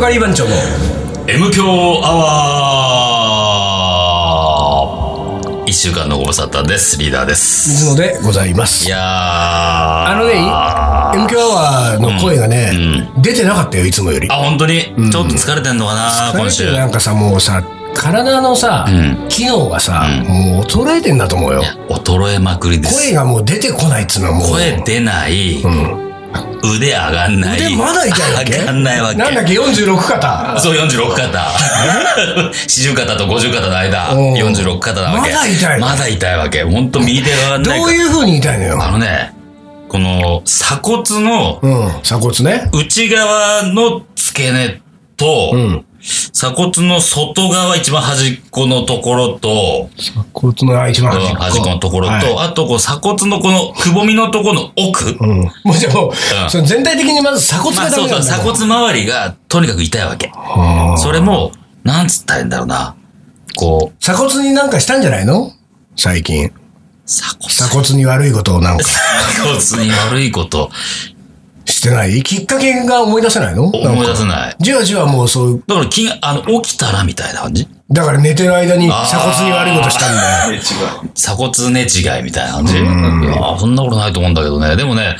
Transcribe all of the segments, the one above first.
カリー番長の M 強アワー一週間のご無沙汰です。リーダーです。水野でございますい。やー。ああのね m q アワーの声がね、出てなかったよ、いつもより。あ、本当に、ちょっと疲れてんのかな、今週。なんかさ、もうさ、体のさ、ん機能がさ、もう衰えてんだと思うよ。衰えまくりです。声がもう出てこないっつうのはもう。声出ない、腕上がんない。腕まだ痛いわけ上がんないわけ。なんだっけ、46肩。そう、46肩。40肩と50肩の間、おう46肩なわけ。まだ痛いのまだ痛いわけ。ほんと右手が上がんどうないから。いう風に痛いのよ。あのね、この鎖骨のうん、鎖骨ね。内側の付け根と、ん鎖骨の外側一番端っこのところと、鎖骨の一番うん端っこ。端っこのところと、はいあとこう鎖骨のこのくぼみのところの奥。うん。もうじゃあもう、んその全体的にまず鎖骨まがあダそメうなそんう、だ鎖骨周りがとにかく痛いわけ。あーそれも、なんつったらいいんだろうな。こう、鎖骨になんかしたんじゃないの最近。鎖骨。鎖骨に悪いことをなんか鎖骨に悪いことしてない きっかけが思い出せないの思い出せい。ない。じわじわもうそう、だから、きあの、起きたらみたいな感じだから寝てる間に鎖骨に悪いことしたんだよ。鎖骨ね違いみたいな感じいやそんなことないと思うんだけどね。でもね、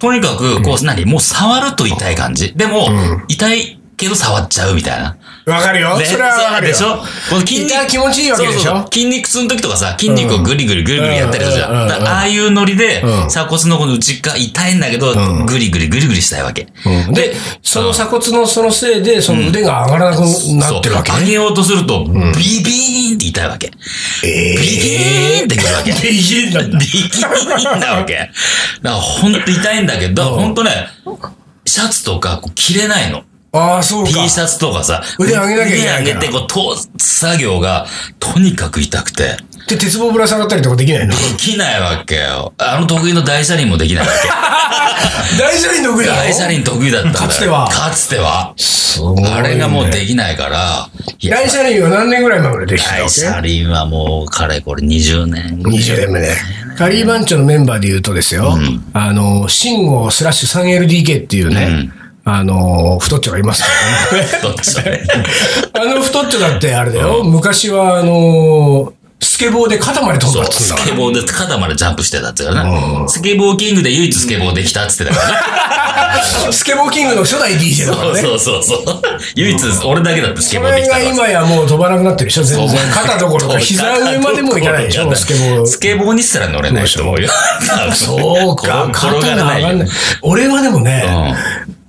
とにかく、こう、何もう触ると痛い感じ。でも、痛いけど触っちゃうみたいな。わかるよ。ねそれはわかるよ。でしょこの筋痛い肉。気持ちいいわけでしょそうそうそう筋肉痛の時とかさ、筋肉をぐりぐりぐりぐりやったりするじゃん。うんうんうんうんだからああいうノリで、うん鎖骨のこの内側痛いんだけど、んぐりぐりぐりぐりしたいわけ。うんで、その鎖骨のそのせいで、その腕が上がらなくなってるわけそう上ね。げようとすると、ビビーンって痛いわけ。えビギーンってくる わけ。ビギーンなんだ ビギーンなわけ。だからほんと痛いんだけど、ほんとね、シャツとかこう着れないの。ー、ああ、そうか。 T シャツとかさ、腕上げなきゃいけないから腕上げてこう通す作業がとにかく痛くて、で、鉄棒ぶら下がったりとかできないのできないわけよ。あの得意の大車輪もできないわ け。大車輪の上だろ 大車輪得意だったんだよかつてはかつては。すごいねあれがもうできないから、いや大車輪は何年ぐらい前までできた大わ車け輪はもう、かれこれ20年ぐらい。 20年目 で。カリー番長のメンバーで言うとですよ、あの、シンゴスラッシュ 3LDK っていうね、あの、太っちょがいます からね。どっちだねあの太っちょだってあれだよ、昔はあの、スケボーで肩まで飛んだっつうんスだかケボーで肩までジャンプしてたって言うからな。スケボーキングで唯一スケボーできたって言ってたから な。ら。 スケボーキングの初代 DJ だからね。そうそうそうそう。唯一俺だけだってスケそボーでれきたがから。今やもう飛ばなくなってるでしょ全然。肩どころか膝上までもいかないでしょスケボー。スケボーにすら乗れないと思うよ。そうか、 転肩転が上ががらんなないいよ。。俺はでもね、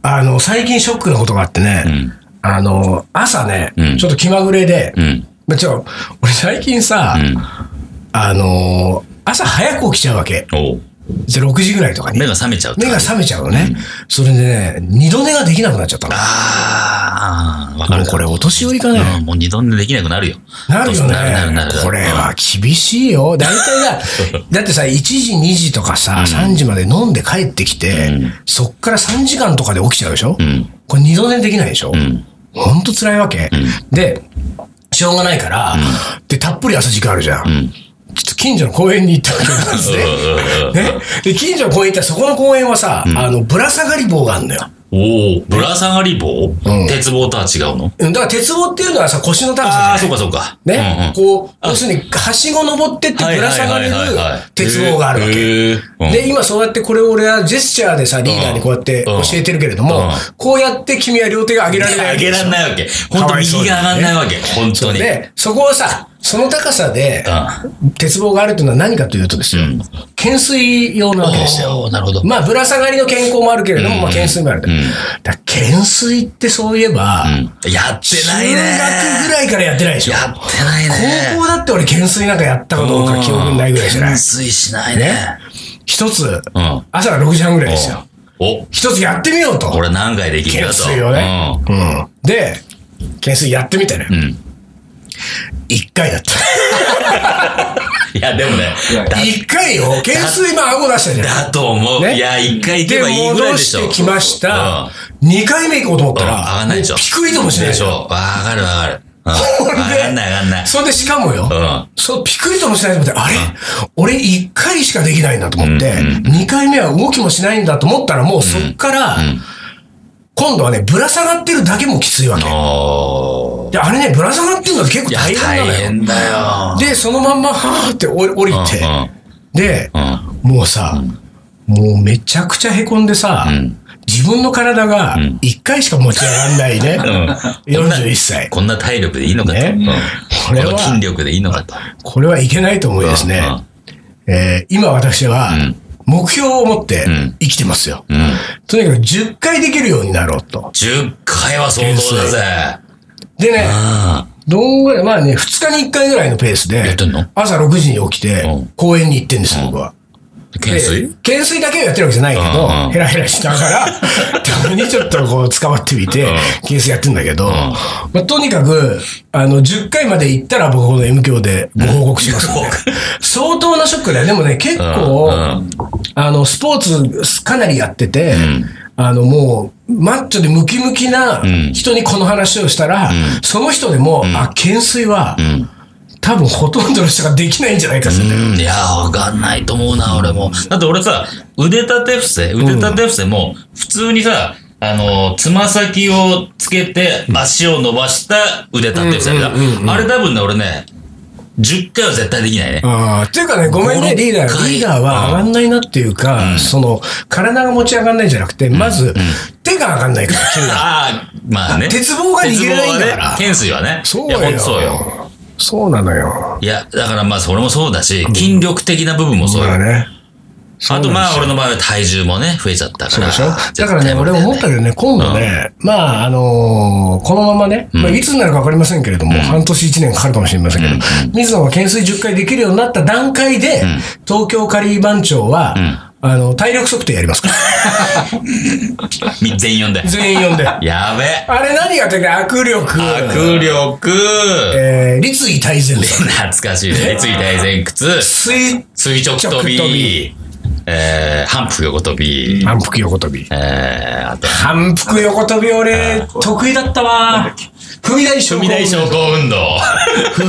あの、最近ショックなことがあってね、あの、朝ね、うんちょっと気まぐれで、うん。まあ、ちょ、俺最近さ、あの、朝早く起きちゃうわけ。おうじゃ6時ぐらいとかに目。が覚めちゃうって目感がじ。覚めちゃうのね。それでね、二度寝ができなくなっちゃったの。ああ、わかもるう。これお年寄りかね。うんもう二度寝できなくなるよ。なるよね。なるなるなる。これは厳しいよ。大体 だ、だってさ、1時、2時とかさ、3時まで飲んで帰ってきて、そっから3時間とかで起きちゃうでしょ、んこれ二度寝できないでしょ、んほんと辛いわけ。で、しょうがないから、で、たっぷり朝時間あるじゃん。んちょっと近所の公園に行ったわけなんですね。 ね、で近所の公園行ったら、そこの公園はさ、あの、ぶら下がり棒があるのよ。うん。おお、ぶら下がり棒鉄棒とは違うのうんだから鉄棒っていうのはさ、腰の高さあじゃなあ、いそうかそうか。うんうねん、こう、要するに、はしご登ってってぶら下がれるはいはいはいはい鉄棒があるわけ。へーうんで、今そうやってこれを俺はジェスチャーでさ、リーダーにこうやって教えてるけれどもうん、こうやって君は両手が上げられない上げられい。ないわけ。本か当わいにそう右だがよね上がんないわけ。本当に。で、そこをさ、その高さで、鉄棒があるというのは何かというとですよ、懸垂用なわけですよ。おーなるほどまあ、ぶら下がりの健康もあるけれども、まあ、懸垂もある。だから懸垂ってそういえば、うん。やって中な学いぐね。らいからやってないでしょ。やってないね。高校だって俺懸垂なんかやったかどうか記憶にないぐらいじゃない懸垂しないね。一つ、うん朝6時半ぐらいですよ。お、一つやってみようと。俺何回できるかと。懸垂をねうんうんで、懸垂やってみたのよ。ん一回だった。いや、でもね、だ一回よ。懸垂まあ顎出したじゃん。だと思う。ねいや、一回行けで、ばいいぐらい戻でししょ。てきましたうん。二回目行こうと思ったうんら、上がんないでしょ。もうピクリともしないででししょ。ょ。わかるわかる。うんこれで上がんない上がんない。それでしかもよ、うんそうピクリともしないと思って、あれ、俺一回しかできないんだと思って、二回目は動きもしないんだと思ったら、もうそっから、今度はね、ぶら下がってるだけもきついわけ。おー。で、あれね、ぶら下がってるのって結構いや、大変な大のよ。変だよ。で、そのまんま、はーって降り降りうんて、で、うん。もうさ、もうめちゃくちゃ凹んでさ、うん自分の体が一回しか持ち上がんないね、うん。 41歳。こんな体力でいいのかと。ねうんこれはこの筋力でいいのかと。これはいけないと思いですね。えー今私はん、目標を持ってん生きてますよ。うん。うん。とにかく10回できるようになろうと。 10回は相当だぜ。でね、あどんぐらい、まあね、2日に1回ぐらいのペースやでってんの、朝6時に起きてうん、公園に行ってんです、僕は。あ。懸垂で懸垂だけをやってるわけじゃないけうんうど、んヘラヘラしな がら、たまにちょっとこう、捕まってみてん、懸垂やってんだけど、んまあ、とにかく、あの、10回まで行ったら僕この M 教でご報告しますんでうん相当なショックだよ。でもね、結構、うんうんあの、スポーツかなりやってて、んあの、もう、マッチョでムキムキなん人にこの話をしたら、その人でも、あ、懸垂は、ん多分ほとんどの人ができないんじゃないかって。うん、いやー、わかんないと思うな、俺も。だって俺さ、腕立て伏せ、腕立て伏せも、普通にさ、あのー、つま先をつけて、足を伸ばした腕立て伏せだ。あれ多分ね、俺ね、10回は絶対できないね。ああ、っていうかね、ごめんね、 56リーダー。回リーダーは上がんないなっていうか、その、体が持ち上がんないんじゃなくて、まず、手が上がんない から、君はああ、まあね。鉄棒が逃げないんだから鉄棒はね懸垂はね。そういやほんよ。とそうよ。。そうなのよ。いや、だからまあ、それもそうだし、筋力的な部分もそうだよ。ね。あそとまうなんですあ、よ俺の場合は体重もね、増えちゃったかそうら。でしょだからね、絶対無俺理だよ思ったけどね、今度ね、まあ、あのーこのままね、まあ、いつになるか分かりませんけれども、半年1年かかるかもしれませんけど、水野が懸垂10回できるようになった段階で、東京カリー番長は、あの、体力測定やり ますから。み全員呼んで。全員呼んで。あやべ。れ何がってか、握力。握力、えー、立位大前です。懐かしいね。立位大前屈、水、垂直跳び、直跳びえー、反復横跳び、反復横跳び。えー、あと、反復横跳び俺、得意だったわ。踏み台昇踏降み運動台昇降運動。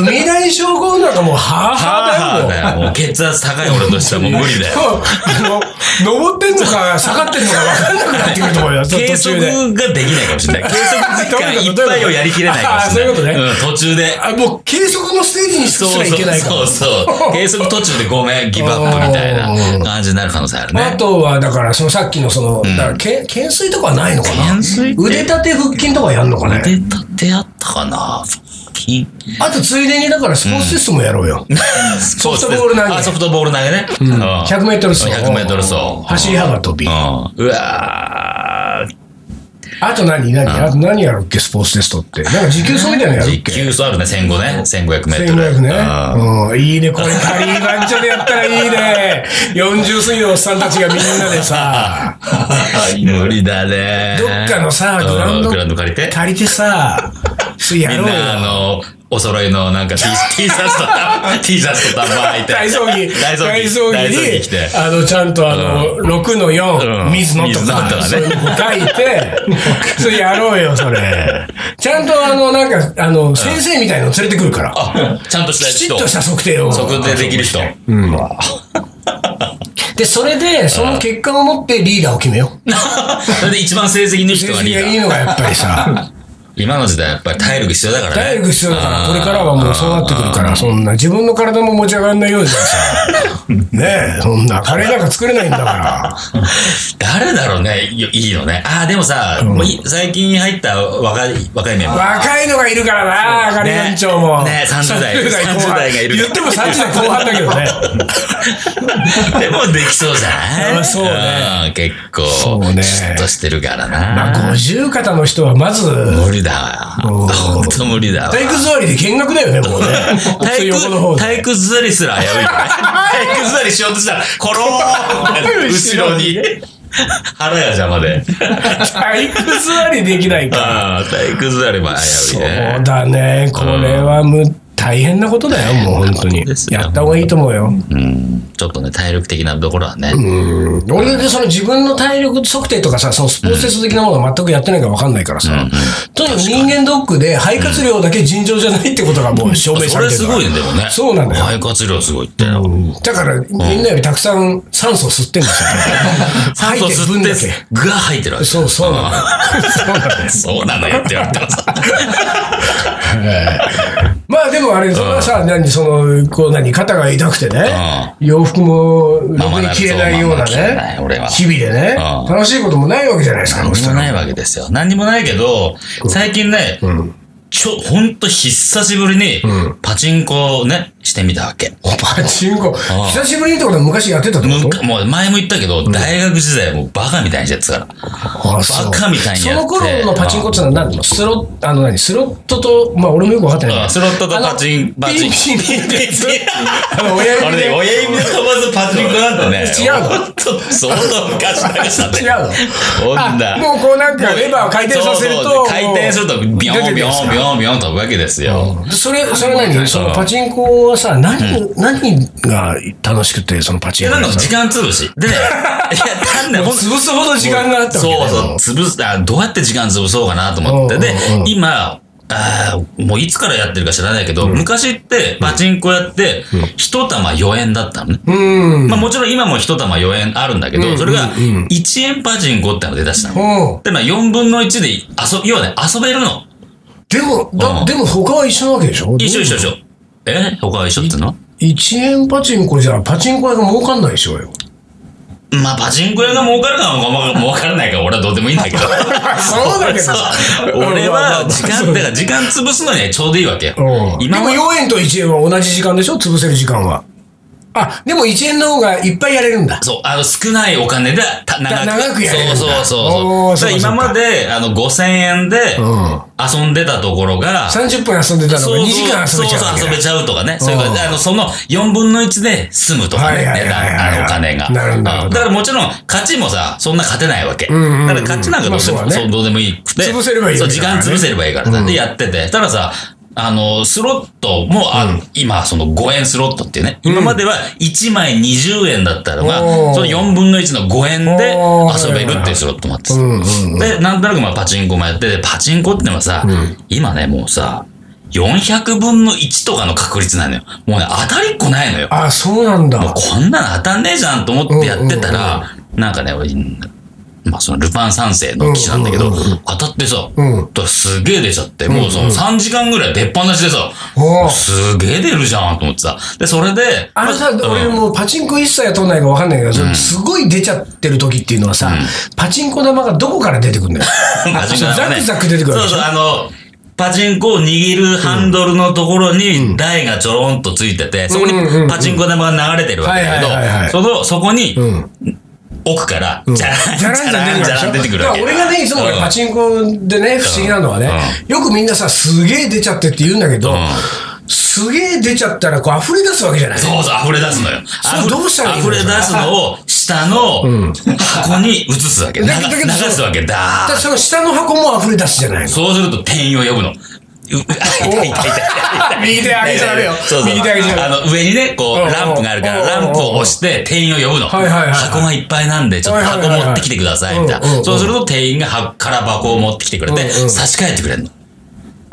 踏み台昇降なんかもう、はぁはぁだよ。だよ。もう血圧高い俺としてはもう無理だよ。そうあの、登ってんのか下がってんのか分かんなくなってくると思うよ。計測途中で。ができないかもしれない。計測時間いっぱいをやりきれないかもしれない。あーそういうことね。ん、途中で。あ、もう計測のステージにすそうらいそうけないから。そうそう。計測途中でごめん、ギブアップみたいな感じになる可能性あるね。あとは、だから、そのさっきのその、だから、け懸垂とかはないのかな懸垂って腕立て腹筋とかやんのかね腕立てあったかな筋。あと、ついでに、だから、スポーツテストもやろうよ。ソフトボール投げあ、ソフトボール投げね。うん100メートル走。 100メートル走。走り幅跳び。うん。うわーあと何何あと何やるっけスポーツテストって。なんか時給走みたいなのやるっ実け級数あるね、1500ね。1500メートル。 1500ねうん。うん、いいね。これ、カリー番長でやったらいいね。40過ぎのおっさんたちがみんなで さ、無理だね。どっかのさうんグラウンドグラウンド借りて。借りてさ、それや みろんうよ。な、あの、お揃いのなん か T シャツとタン、T シャツと短パン履いて。体操着、体操着。体体操操着着着てに、。あの、ちゃんとあの、6の4、うん水野とか、水そ野うというかねの書い て、それやろうよ、それ。ちゃんとあの、なんか、あの、先生みたいの連れてくるから。あちゃんとしたきち人。っとした測定を。測定できる人。で、それで、その結果を持ってリーダーを決めよう。それで一番成績のいい人がリーダいいー。のがやっぱりさ。 今の時代やっぱり体力必要だからね。体力必要だから、これからはもうそうなってくるから、そんな、自分の体も持ち上がらないようにさ、 ねえ、そんな、カレーなんか作れないんだから。誰だろうね、いいいのね。ああ、でもさ、もうい最近入った若い、若いメンバー。若いのがいるからな、カレー団長も。ねね30代30後半30代がいる言っても30代後半だけどね。 でもできそうじゃなあいそうねん結構、そうね嫉妬してるからまな。あ、50肩の人はま ず、無理だわ。うんほんと無理だわ。体育座りで見学だよね、もうね。体横の方育、で体育座りすら危 ういよね。体育座りしようとしたら、コロ ーン後ろに。腹や邪魔で。体育座りできないから。ああ、体育座りも危ういそうね。だね、これはむ、大変なことだよ、もう本当に大変なことです。よやった方がいいと思うよ。うん。ちょっとね、体力的なところはね。俺でその自分の体力測定とかさ、そのスポーツテスト的なものは全くやってないから分かんないからさ、とにかく人間ドックで肺活量だけ尋常じゃないってことがもう証明そされれてるすからごいね、でもね。そうなんだよ肺活量すごいって。うんだから、みんなよりたくさん酸素吸 ってんですよ。酸素吐いてる吸分っだてけ。、が入ってるわけ。そうそうなのよ。そうなのよそうなのよって言われてます。まあでもあれ、そんなさ、何、その、こう何、肩が痛くてね、洋服も、ろまくまにならず着れないようなまま着れない俺ねは、日々でね、うん楽しいこともないわけじゃないですか、何そしにたもらないわけですよ。何にもないけど、最近ね、ちょ、ほんと久しぶりに、パチンコをね、してみたわけ。パチンコ、久しぶりにってことは昔やってたってむこかともう前も言ったけど、大学時代もうバカみたいにしてたから。あそうバカみたいにやそっての頃のパチンコってのは何なのスロット、あの何、スロットと、まあ俺もよく分かってないうんけスど。ロットとパチン、あパのチピンン。ピンピンってやつあの親 あ指れでね、親指で飛ばすパチンコなんてね。違うのほ んと相当昔だけ したね。 違うのほんだ あもうこうなんかレバーを回転させるとそうそう回転すると、ビョンビ出ョてンくビるやつョンビョンビョン飛ぶわけですよ。それ、それ何そのパチンコはさ、何、何が楽しくて、そのパチいンや、コなんがか時間潰し。 でね、いや、単なる、ほんと潰すほど時間があったわけそうだそう、潰す、あどうやって時間潰そうかなと思って。でうんうんう、ん今、あーもういつからやってるか知らないけど、昔ってパチンコやって、一玉4円だったのね。うん。まあもちろん今も一玉4円あるんだけど、それが1円パチンコってのが出だしたの。うん。で、まあ4分の1で遊、要はね、遊べるの。でも、だうんでも他は一緒なわけでしょ一緒一緒一緒。え他は一緒っての一円パチンコじゃ、パチンコ屋が儲かんないでしょうよ。まあ、パチンコ屋が儲かるかもわか儲からないから、俺はどうでもいいんだけど。 そうだけどそう俺は、時間、だから時間潰すのにはちょうどいいわけようん。。で今もまで4円と1円は同じ時間でしょ潰せる時間は。あ、でも1円の方がいっぱいやれるんだ。そう、あの、少ないお金で、た長く。長くやれるんだそうそうおそうーそう。だそうかからそうか今まで、あの、5000円でん、遊んでたところが、 30分遊んでたのそがうそう2時間遊べちゃうわけそうそう遊べちゃうとかね。うんそういうことであの、その4分の1で済むとかね、はいはいは値いはい段、あのお金が。なるほどなるほどだからもちろん、勝ちもさ、そんな勝てないわけ。んうんうんだから勝ちなんかどうでも、まあそうだねそうどうでもいいくて。潰せればいいそわう、け時だから間ね潰せればいいからさ。で、やってて。たださ、あの、スロットも、ある今、その5円スロットっていうね。今までは1枚20円だったのが、おーその4分の1の5円でおー遊べるっていうスロットもあってさうんうんうんで、なんとなくまあパチンコもやってて、パチンコってのはさ、今ね、もうさ、400分の1とかの確率なのよ。もうね、当たりっこないのよ。あ、そうなんもうだ。こんなの当たんねえじゃんと思ってやってたら、なんかね、俺まあそのルパン三世の騎士なんだけど、うんうんうん当たってさ、うんだからすげえ出ちゃって、もうその3時間ぐらい出っ放しでさ、おーすげえ出るじゃんと思ってさ。で、それで、あのさ、ま俺うんもうパチンコ一切やっとんないからわかんないけど、そのすごい出ちゃってる時っていうのはさ、パチンコ玉がどこから出てくるんだよ。 パチンそコう玉ザねクザク出てくるわそけうでしょそう、あの、パチンコを握るハンドルのところに台がちょろんとついてて、そこにうんうんうんパチンコ玉が流れてるわけだけどはいはいはいはい、その、そこにうん。奥から、じゃらん、じじゃゃらんじゃらん、じゃらんん出出ててくるくるわわけけ。でしょだから俺がね、いつもうんパチンコでね、不思議なのはね、よくみんなさ、すげえ出ちゃってって言うんだけど、すげえ出ちゃったらこう溢れ出すわけじゃないそうそう、溢れ出すのよ。それどうしたらいいの溢れ出すのを、下の箱に移すわけ。流だけど流すわけだだから。その下の箱も溢れ出すじゃないの。そうすると店員を呼ぶの。う痛い痛い痛い痛い右手上げちゃダメよそうそう。右手上げちゃダメあの、上にね、こう、うんうんランプがあるから、うんうんランプを押して店員を呼ぶの。はいはいはい箱がいっぱいなんで、ちょっとはいはい箱はいはい持ってきてください、みたういんうんうな。んそうすると店員がは空箱を持ってきてくれて、うんうん差し替えてくれるの。で、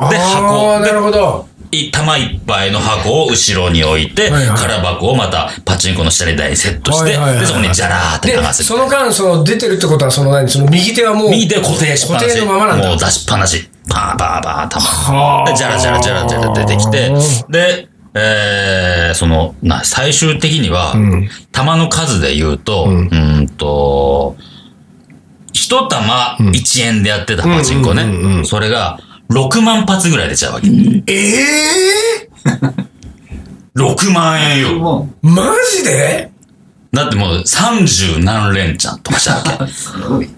ああ、箱、なるほど。い玉いっぱいの箱を後ろに置いて、はいはい空箱をまたパチンコの下に台にセットしはて、いはいはいで、そこにジャラーってで流、す。その間、その出てるってことは、その何、その右手はもう。右手固定しっぱなし。固定のままなんだもう出しっぱなし。パーパーパー、たはまあで、じゃらじゃらじゃらじゃら出てきて、で、えー、その、な、最終的には、玉の数で言うと、うーんと、一玉1円でやってたパチンコうんうんうんうね。んそれが、6万発ぐらい出ちゃうわけ。ええ6万円よ。もー、マジでだってもう30何連チャンとかしちゃうわ け。う、すごい。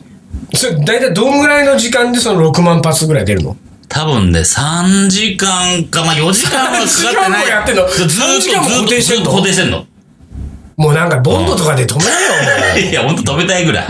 それ、大体どんぐらいの時間でその6万発ぐらい出るの多分ね、3時間か、まあ4時間はかかってない。 3時間もやってんのずーっと3時間も固定してんのずーっと固定してんの。もうなんかボンドとかで止めろ よ。いや、ほんと止めたいぐらい。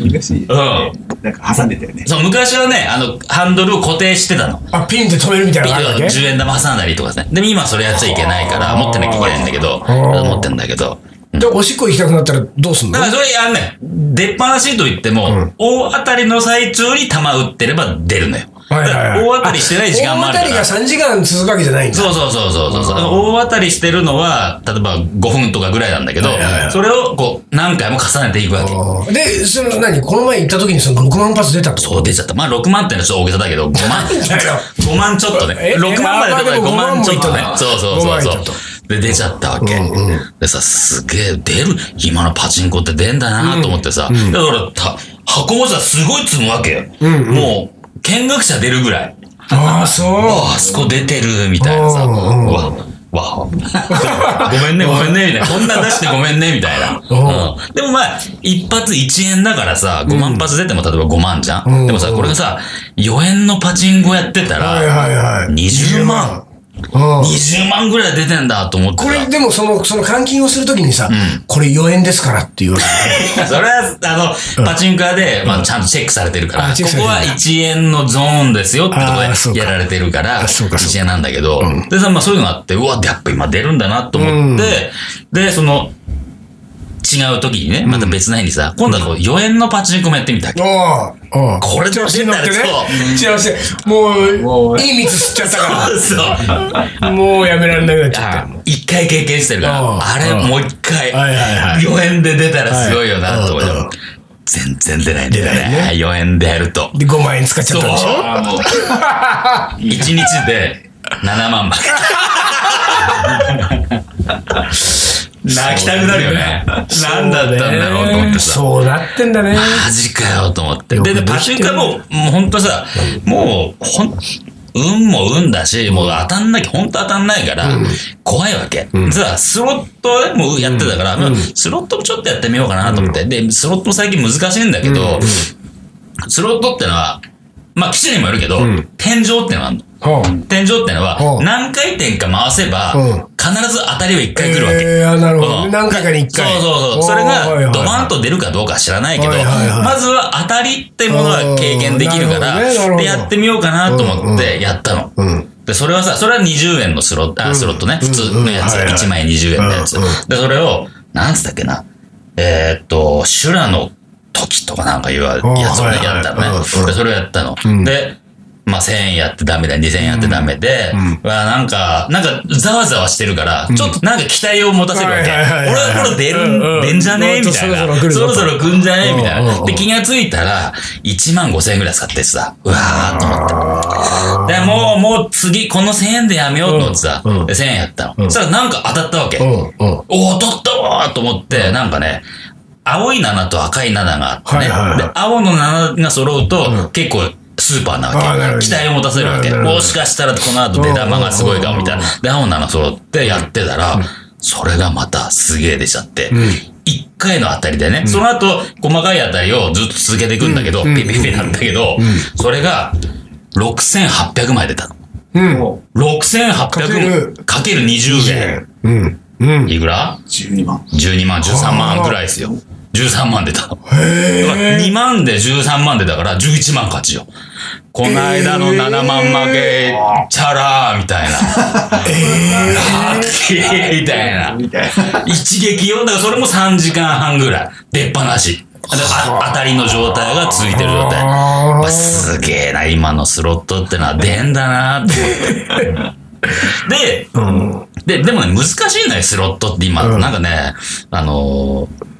昔、うんなんか挟んでたよね。そう、昔はね、あの、ハンドルを固定してたの。あ、ピンで止めるみたいなのあるわけ10円玉挟んだりとかね。でも今それやっちゃいけないから、持ってなきゃいけないんだけど、ー持ってんだけど。で、おしっこ行きたくなったらどうすんのだからそれ、あのね、出っ放しと言っても、大当たりの最中に弾打ってれば出るのよ。はいはいはいだから大当たりしてない時間もある大か当ら。たりが3時間続くわけじゃないんだ。そうそうそうそうそうそう。大当たりしてるのは、例えば5分とかぐらいなんだけどはいはいは、いそれをこう、何回も重ねていくわけ。あーで、その何この前行った時にその6万発出たと。そう出ちゃった。まあ6万ってのはちょっと大げさだけど、5万。だよ5万ちょっとねえ。 6万までとかでえ5万ちょっとね5万もいったな。そうそう5そう万いったそとう。で、出ちゃったわけ。うんうでさ、すげえ、出る、今のパチンコって出んだなと思ってさ、だからた、箱もさ、すごい積むわけよ。もう、見学者出るぐらい。ああ、そう。ああそこ出てる、みたいなさ、うんうんうんわ、わ、ごめんね、ごめんね、みたいな。こんなん出してごめんね、みたいな。んうんでもまあ、一発1円だからさ、5万発出ても例えば5万じゃうんん。でもさ、これがさ、4円のパチンコやってたはいら、はいはい。 20万。うん。 20万ぐらい出てんだと思ってこれさ。でもその、その換金をするときにさ、これ4円ですからって言われて。 それは、あの、パチンコ屋で、まあ、ちゃんとチェックされてるから、あこチェックさこれてるは1円のゾーンですよってとあーそうこかでやられてるから、あそうかそうか1円なんだけど、でさ、まあそういうのがあって、うわ、やっぱ今出るんだなと思って、で、その、違う時にね、また別な日にさ、今度はこう4円のパチンコもやってみたわけおうおうこれ調子に乗ってねそ。調子にももう、ういい蜜吸っちゃったかそう。ら。もうやめられなくなっちゃった。あ一回経験してるから、うんあれ、うんもう一回、はいはいはい4円で出たらすごいよな、と思って、はいうんうん全然出ないんだよ出ないね。4円でやると。で、5万円使っちゃったでしょ。ああ、もう、一日で7万ばっかり。 泣きたくなるよね。何だったんだろうと思ってさ。そうなってんだね。マジかよと思って。よくで、でできてるパチンコはもう、もうほんとさ、もう、ほん、運も運だし、もう当たんなきゃ、ほんと当たんないから、怖いわけ。さ、スロットでもやってたから、まあスロットもちょっとやってみようかなと思って。で、スロットも最近難しいんだけど、スロットってのは、まあ、基地にもよるけど、天井ってのはあんの。ほう天井ってのはう、ん何回転か回せばうん、必ず当たりは1回来るわけ。えーあなるほどうね。ん何回かに1回。そうそうそう。おーそはれいはが、いドバンと出るかどうかは知らないけど、はいはいはいまずは当たりってものは経験できるかあら、ーなるほどねなるほどで、やってみようかなと思ってやったの。で、それはさ、それは20円のスロット、あスロットね、普通のやつ、はいはい1枚20円のやつ。うんうで、それを、なんつったっけな、えーっと、修羅の時とかなんかいうやつをあねーはいはいやったのねうんうん。で、それをやったの。で、まあ、1000円やってダメだ、2000円やってダメで、わあなんか、なんか、ざわざわしてるから、ちょっとなんか期待を持たせるわけ。はいはいはい俺はこれ出うんうるんん、出んじゃねえみたいそろな。そろ来るぞそとろそろ来んじゃねえみたいうんうんうな。んで、気がついたら、1万5千円ぐらい使ってさ、うわーと思って。で、もう、もう次、この1000円でやめようと思ってさ、うんうんで1000円やったの。そしたらなんか当たったわけ。うんうん。おお、取ったわーと思って、なんかね、青い7と赤い7があってね、はいはいはいで青の7が揃うと、結構、スーパーなあーなるわほどけ。期待を持たせるわけ。なるほどもしかしたらこの後出玉がすごいかもみたいな。で、青の7揃ってやってたら、それがまたすげえ出ちゃって、一回の当たりでね、その後、細かい当たりをずっと続けていくんだけど、ピピピなんだけど、それが、6800枚出たの。うん。も6800枚かける20円。うん。うん。いくらう、12万。 12万、13万ぐらいですよ。13万出たの。へー2万で13万出たから11万勝ちよ。こないだの7万負け、チャラーみたいな。ラッキーみたいな。みたい一撃よ。だからそれも3時間半ぐらい。出っ放し。だからあ当たりの状態が続いてる状態。あまあすげえな、今のスロットってのは出んだなって思って。ーうん。で、で、でもね、難しいのよ、スロットって今。うんなんかね、あのー、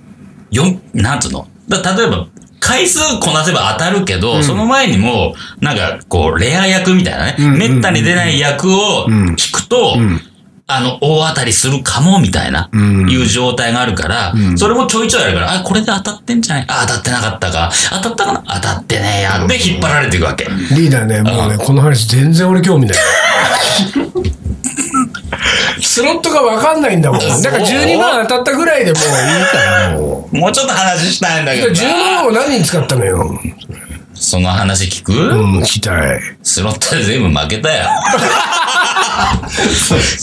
よん、なんつうのだ例えば、回数こなせば当たるけど、その前にも、なんか、こう、レア役みたいなね、んうんうんめったに出ない役をん聞くと、んあの、大当たりするかも、みたいな、んいう状態があるから、それもちょいちょいあるから、あ、これで当たってんじゃないあ、当たってなかったか。当たったかな当たってねえや。で、引っ張られていくわけ。リーダーね、もうね、この話全然俺興味ない。スロットがわかんないんだもん。だから12万当たったぐらいでもういいから、ももうちょっと話したいんだう。けどな。 10万を何に使ったのよ。その話聞く、うん、聞きたい。 スロットで全部負けたよ。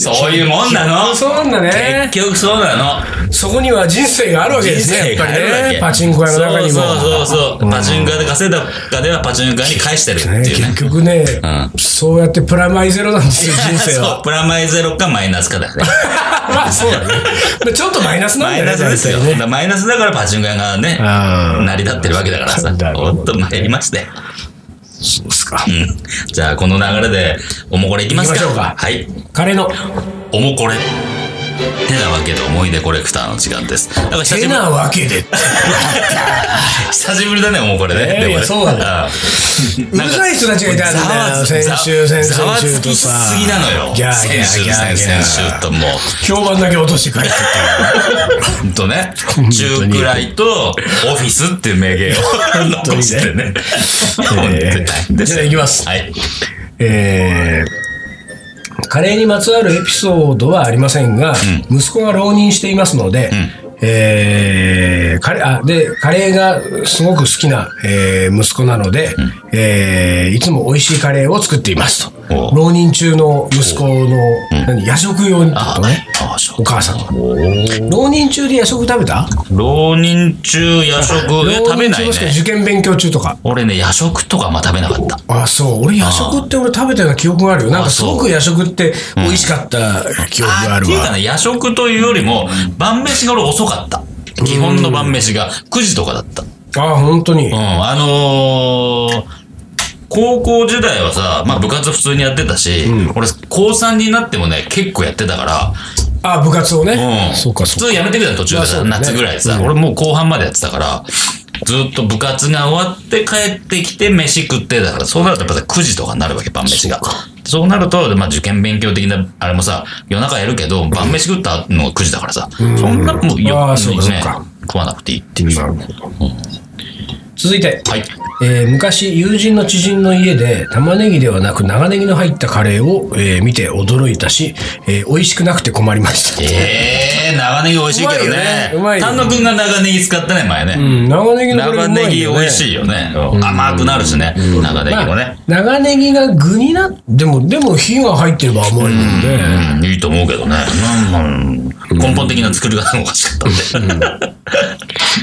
そういうもんなのそうなんだね。結局そうなの。そこには人生があるわけですね、やっぱりね。パチンコ屋の中にも。そうそうそうそう。パチンコ屋で稼いだ金はパチンコ屋に返してるってねいうね結。局ね、うそうやってプラマイゼロなんですよ、人生 そは。う、プラマイゼロかマイナスかだよね。 まあそうだね。まあちょっとマイナスなんだマイよね、ナスですよ。大体ね。マイナスだからパチンコ屋がね、あー成り立ってるわけだからさな。るほどおっと参りまして。そうっすか。うんじゃあこの流れで、おもこれいきますか。行きましょうかはい。カレーの。おもこれ。てなわけで思い出コレクターの時間です。だから久してぶりなわけで。 久しぶりだね、おもこれね。ええでもねそうだねうんうるさい人たちがいたんだよざわつ先週ざ先々週とさざわつきしすぎなのよ。ギャーギャ先ー週ギとャー先ギャー々週ともう、評判だけ落として帰ってきほんとね、当に中くらいとオフィスっていう名言を残してね。ほんとに大変ですじよゃあ行きますはい。た。えーカレーにまつわるエピソードはありませんが、息子が浪人していますので、えーカレー、あ、で、カレーがすごく好きな、えー息子なので、えーいつも美味しいカレーを作っていますと。おう浪人中の息子の、何夜食用にってことね。ああ、そおうか。母さんが。浪人中で夜食食べた浪人中夜食え食べ浪人な中いもしくはね。受験勉強中とか。俺ね、夜食とかあんま食べなかった。あそう。俺夜食って俺食べたような記憶があるよ。なんかすごそく夜食って美味しかった記憶があっるていうわ。かね、夜食というよりも、晩飯が俺遅かった。基本の晩飯が9時とかだった。あ本当にうん、。あのー高校時代はさ、まあ部活普通にやってたし、俺、高3になってもね、結構やってたから、あ部活をねう。ん。そうか、普そうか。通やめてくれたの途中でまあそうさ、だね夏ぐらいでさ、俺もう後半までやってたから、ずっと部活が終わって帰ってきて飯食ってだから、そうなるとやっぱ9時とかになるわけ、晩飯が。そうなると、まあ受験勉強的な、あれもさ、夜中やるけど、晩飯食ったのが9時だからさ、そんなもうよあーくそうかそうねか、食わなくていいっていう。はい。続いて、えー昔友人の知人の家で玉ねぎではなく長ネギの入ったカレーを、えー見て驚いたし、えー美味しくなくて困りました。えー、長ネギ美味しいけどね。うまいよねうまいよ丹野くんが長ネギ使ったね、前うね。ん、長ネギのカレー長うまいネギ美よね味しいよね。甘くなるしね、長ネギもね。まあ長ネギが具になでも、でも火が入ってれば甘いもんね。うん、いいと思うけどね。うん根本的な作り方がおかしかったんで。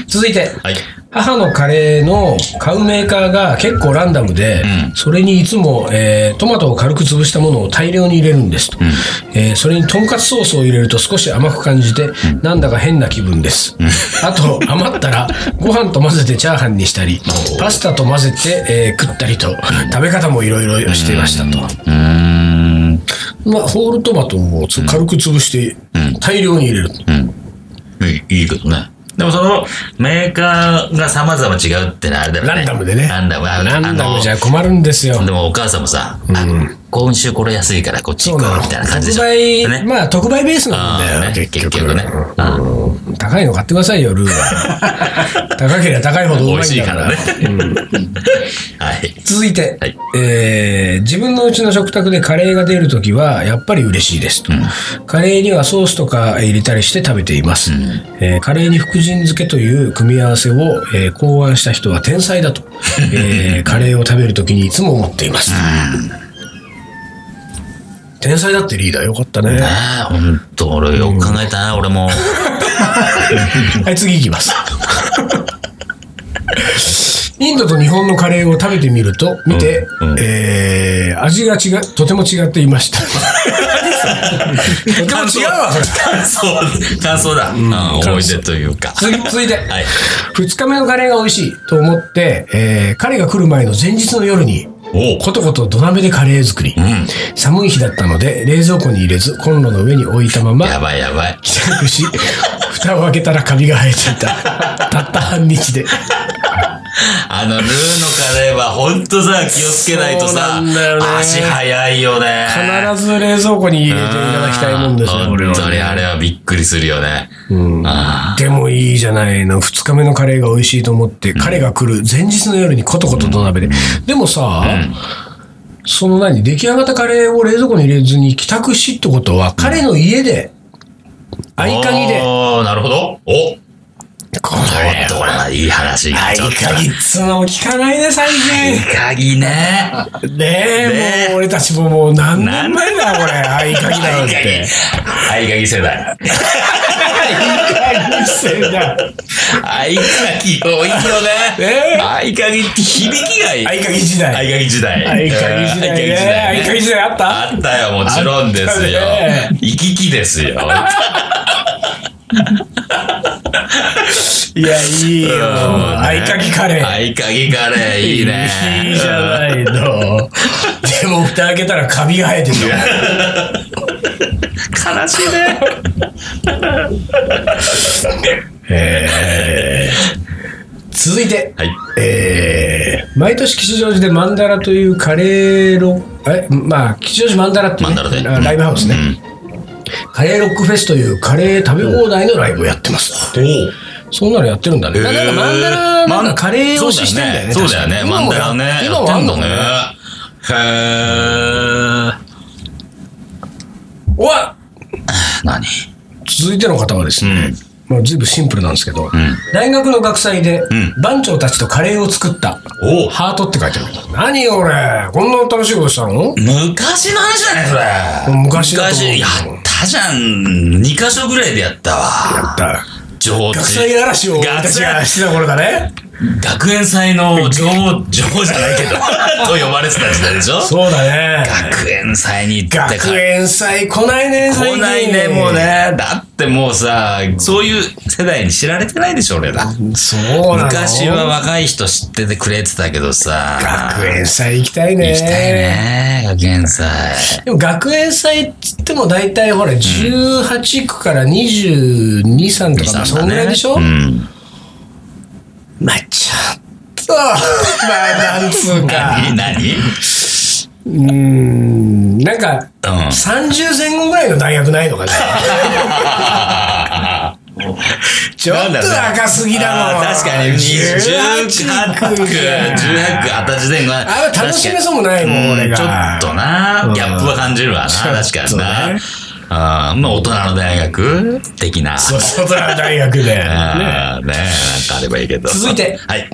続いて、はい。母のカレーの買うメーカーが結構ランダムで、うんそれにいつも、えートマトを軽く潰したものを大量に入れるんですと、えーそれにとんかつソースを入れると少し甘く感じて、なんだか変な気分です、あと余ったらご飯と混ぜてチャーハンにしたりパスタと混ぜて、えー食ったりと食べ方もいろいろしていましたと、うーん。まあ、ホールトマトをつ軽く潰して大量に入れる、いいいいけどね。でもそのメーカーが様々違うってのはあれだよね。ランダムでねランダム。あのランダムじゃ困るんですよあのでもお母さんもさ、あ今週これ安いからこっちそ行うこなうの。みたいな感じ特でしょ。売、ね。まあ特売ベースなんだよ、あーね結局結局ねうん高いの買ってくださいよ、ルー は。高ければ高いほどうま美い味んしいだかからら。ね。 はい。続いて、はいえー自分のうちの食卓でカレーが出るときは、やっぱり嬉しいですと、カレーにはソースとか入れたりして食べています。えーカレーに福神漬けという組み合わせを、えー考案した人は天才 だと、えーカレーを食べるときにいつも思っています。天才だってリーダーよかったね。ああ、ほんと、俺よく考えたな、俺も。はい、次いきます。インドと日本のカレーを食べてみると、見て、うんうんえー味が違う、とても違っていま した。とても違うわ、これ。感想、感想だ。うん、思い出というか。次、続いて。はい。二日目のカレーが美味しいと思って、えー彼が来る前の前日の夜に、おうことこと土鍋でカレー作り、ん寒い日だったので、冷蔵庫に入れず、コンロの上に置いたまま、やばいやばい。帰宅し、蓋を開けたらカビが生えていた。たった半日で。あの、ルーのカレーはほんとさ、気をつけないとそさ、うなんだよね足早いよね。必ず冷蔵庫に入れていただきたいもんですよ、本俺当はにねあれはびっくりするよね。あでもいいじゃないの。二日目のカレーが美味しいと思って、彼が来る前日の夜にコトコト土鍋で。でもさ、その何、出来上がったカレーを冷蔵庫に入れずに帰宅しってことは、彼の家で、ー合鍵で、おーなるほど。おこょっとこれはいい話がちょっいと。かぎっつうのも聞かないね、最いい近。鍵ね。ねねえ、もう俺たちももう何年前だよ、 これ。あいかぎだよって。合鍵世代。合鍵多いよね。合鍵って響きがいい。あ合いかぎ時代。鍵時代。あいかぎ時代ね。あいかぎ時代あったあったよ、もちろんですよあった。行き来ですよ。いや、いいよ。あいかぎカレー。合鍵カレー、いいね。いいじゃないの。でも、蓋開けたらカビが生えてるよ。悲しいね。続いて、はい。えー毎年吉祥寺でマンダラというカレーロえまあ吉祥寺マンダラっていう、ね、マンダラであライブハウスね、カレーロックフェスというカレー食べ放題のライブをやってますおうそんなのやってるんだね、へーなんかマンダラなんかカレー推ししてんだよねそうだよね。確マかにンダラね。や今っもあてんんののねね。へー。おわ何続いての方はですね、もう随分シンプルなんですけど、大学の学祭で、ん番長たちとカレーを作ったおうハートって書いてあるけど何俺こんな楽しいことしたの昔の話じゃないそれ。昔だと思う昔やったじゃん。2箇所ぐらいでやったわ。上学祭智。嵐を俺たちがしてた頃だね学園 祭の女王、女王じゃないけど、と呼ばれてた時代でしょそうだね。学園祭に行ってから学園祭来ないね、最来近ないね、もう。ね。だってもうさ、そういう世代に知られてないでしょ、俺ら。そうなの昔は若い人知っててくれてたけどさ。学園祭行きたいね。行きたいね、学園祭。でも学園祭っつっても大体ほら、18区から22、3とか、まあそんぐらいでしょうん。まあちょっ と、まあなんつうか。 何何うーん、なんか、うん。 30前後ぐらいの大学ないの かね。ちょっと赤すぎだもん。あー確か18に、18区区、18区、当た時前後あれ楽しめそうもないもん俺がちょっとうんな、ギャップは感じるわな、確かにそうねな。あーまあ、大人の大学的な。そう、外は大学 で。あーねえ、なんかあればいいけど。続いてはい。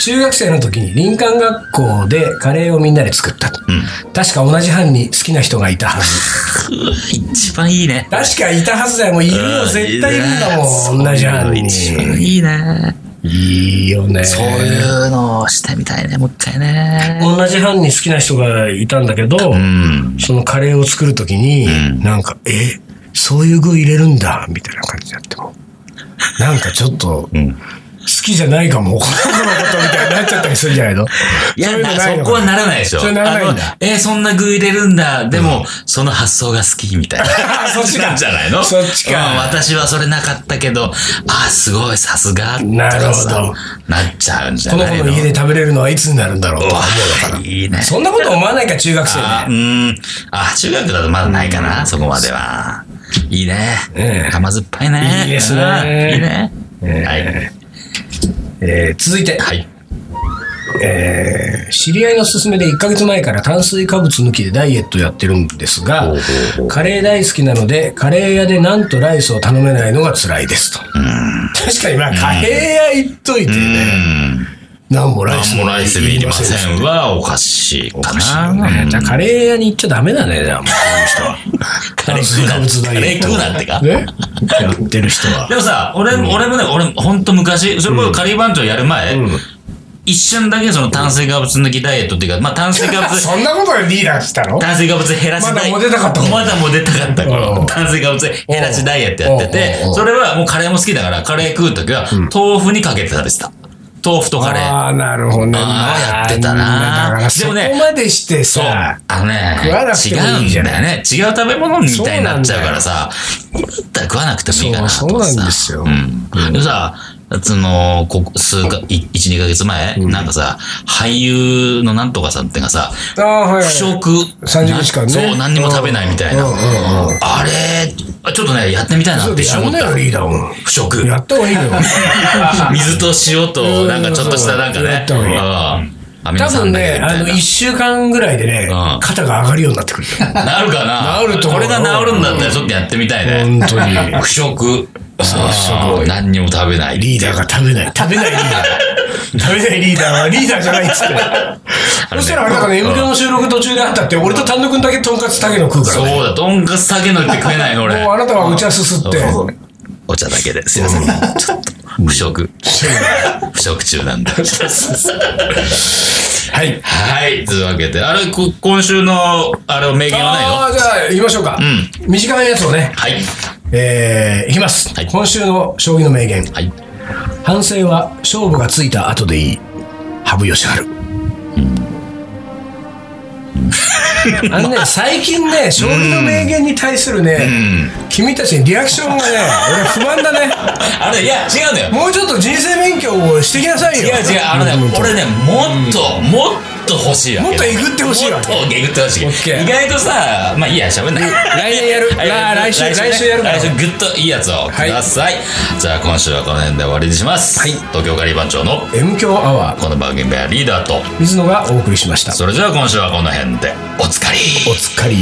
中学生の時に林間学校でカレーをみんなで作った。確か同じ班に好きな人がいたはず。一番いいね。確かいたはずだよ。もういるよ。絶対いるんだもん。同じ班に。一番いいね。いいよね。そういうのをしてみたいね、もう一回ね。同じ班に好きな人がいたんだけど、うん。そのカレーを作る時に、なんか、え、そういう具入れるんだ、みたいな感じになっても。なんかちょっと、ん好きじゃないかも、この子のことみたいになっちゃったりするんじゃないのいや、ううのなないのそかなこはならないでしょ。それならないんだあのえーそんな具入れるんだ。でも、その発想が好き、みたいな。 そっちかなんじゃないのそっちかうん私はそれなかったけど、あーすごい、さすが。なるほどとかさ。なっちゃ うんじゃこのない子のの家で食べれるのはいつになるんだろうとか思うのうかわいいねな。。そんなこと思わないか、中学生あね。うん。あ、中学だとまだないかな、そこまでは。いいね。ええ甘酸っぱいね。いいですねうんいいね。はい。えー続いて、はい。えー知り合いの勧めで1ヶ月前から炭水化物抜きでダイエットやってるんですがほうほうほ、うカレー大好きなので、カレー屋でなんとライスを頼めないのが辛いですと。確かにまあ、カレー屋行っといてうね、ん。なんもライラスンもライスでいりませんはおかしいかな。ねじゃあカレー屋に行っちゃダメだね、じゃあもう、この人は。カレー食うな炭水化物ダイエットカレー食うなってかねや ってる人はで。もさ、俺、俺もね、俺、ほんと昔、それこそカリー番長やる前、一瞬だけその炭水化物抜きダイエットっていうか、まあ炭水化物、そんなことでリーダーしたの炭水化物減らしダイエまだットモテたかったもんまだモテたかった頃うん炭水化物減らしダイエットやうんってうんうてん、それはもうカレーも好きだから、カレー食うときは、豆腐にかけて食べてた。豆腐とカレー。ああ、なるほどね。あーやってたなまあだからでそこもねまでしてそう。さあ、のね、食わなくてもいいじゃない違うんだよね。違う食べ物みたいになっちゃうからさ、だったら食わなくてもいいかなそうとかさそうなんですようん。でもさ、その、ここ数か、い一、二ヶ月前、なんかさ、俳優のなんとかさんってがさ、ああ、はい。不食、 30日間ねそう、何にも食べないみたいな。うんうんうんうんあれ、ちょっとね、やってみたいなそっうてで一しょ瞬思っねた。リーダーも。不食。 やった方がいいよ。水と塩と、なんかちょっとしたなんかやねっ。た方がいいうんアミ多ノ酸分だけでね、みたあいの、な一。週間ぐらいでねうん、肩が上がるようになってくる。なるかな治ると思こうれが治るんだったらちょっとやってみたいね。本当に。不食。そうすごい何にも食べない。リーダーが食べない。食べないリーダー。食べないリーダーはリーダーじゃないっつって。そしたらあれだからね、M 響の収録途中であったって、俺と丹野くんだけとんかつ竹の食うからそうね。だ、とんかつだけのって食えないの俺。もうあなたはお茶すすって。そうお茶だけですいません。ちょっと、不食。不食中な んだ。はい。はい、というわけで、あれ、こ今週の、あれ、名言はないのああ、じゃあ、行きましょうか。う短いやつをね、はい。えー、いきますはい。今週の将棋の名言。はい。反省は勝負がついた後でいい羽生善治あのね最近ね将棋の名言に対するね、君たちにリアクションがね俺不満だ ねあれ、いや、違うんだよ。もうちょっと人生勉強をしてきなさいよ違う違う、あのねもっ、と俺ね、もっと、もっと欲しいわけ。もっとえぐってほしいわけもっとえぐってほしい。オッケー意外とさ、まあいいや、喋んない。来年 やるはいら来週ね来週やるから来週ぐっといいやつをください。じゃあ今週はこの辺で終わりにします。はい東京カリー番長の M 強アワーこの番組はリーダーと、水野がお送りしましたそれでは今週はこの辺で、おつかりおつかり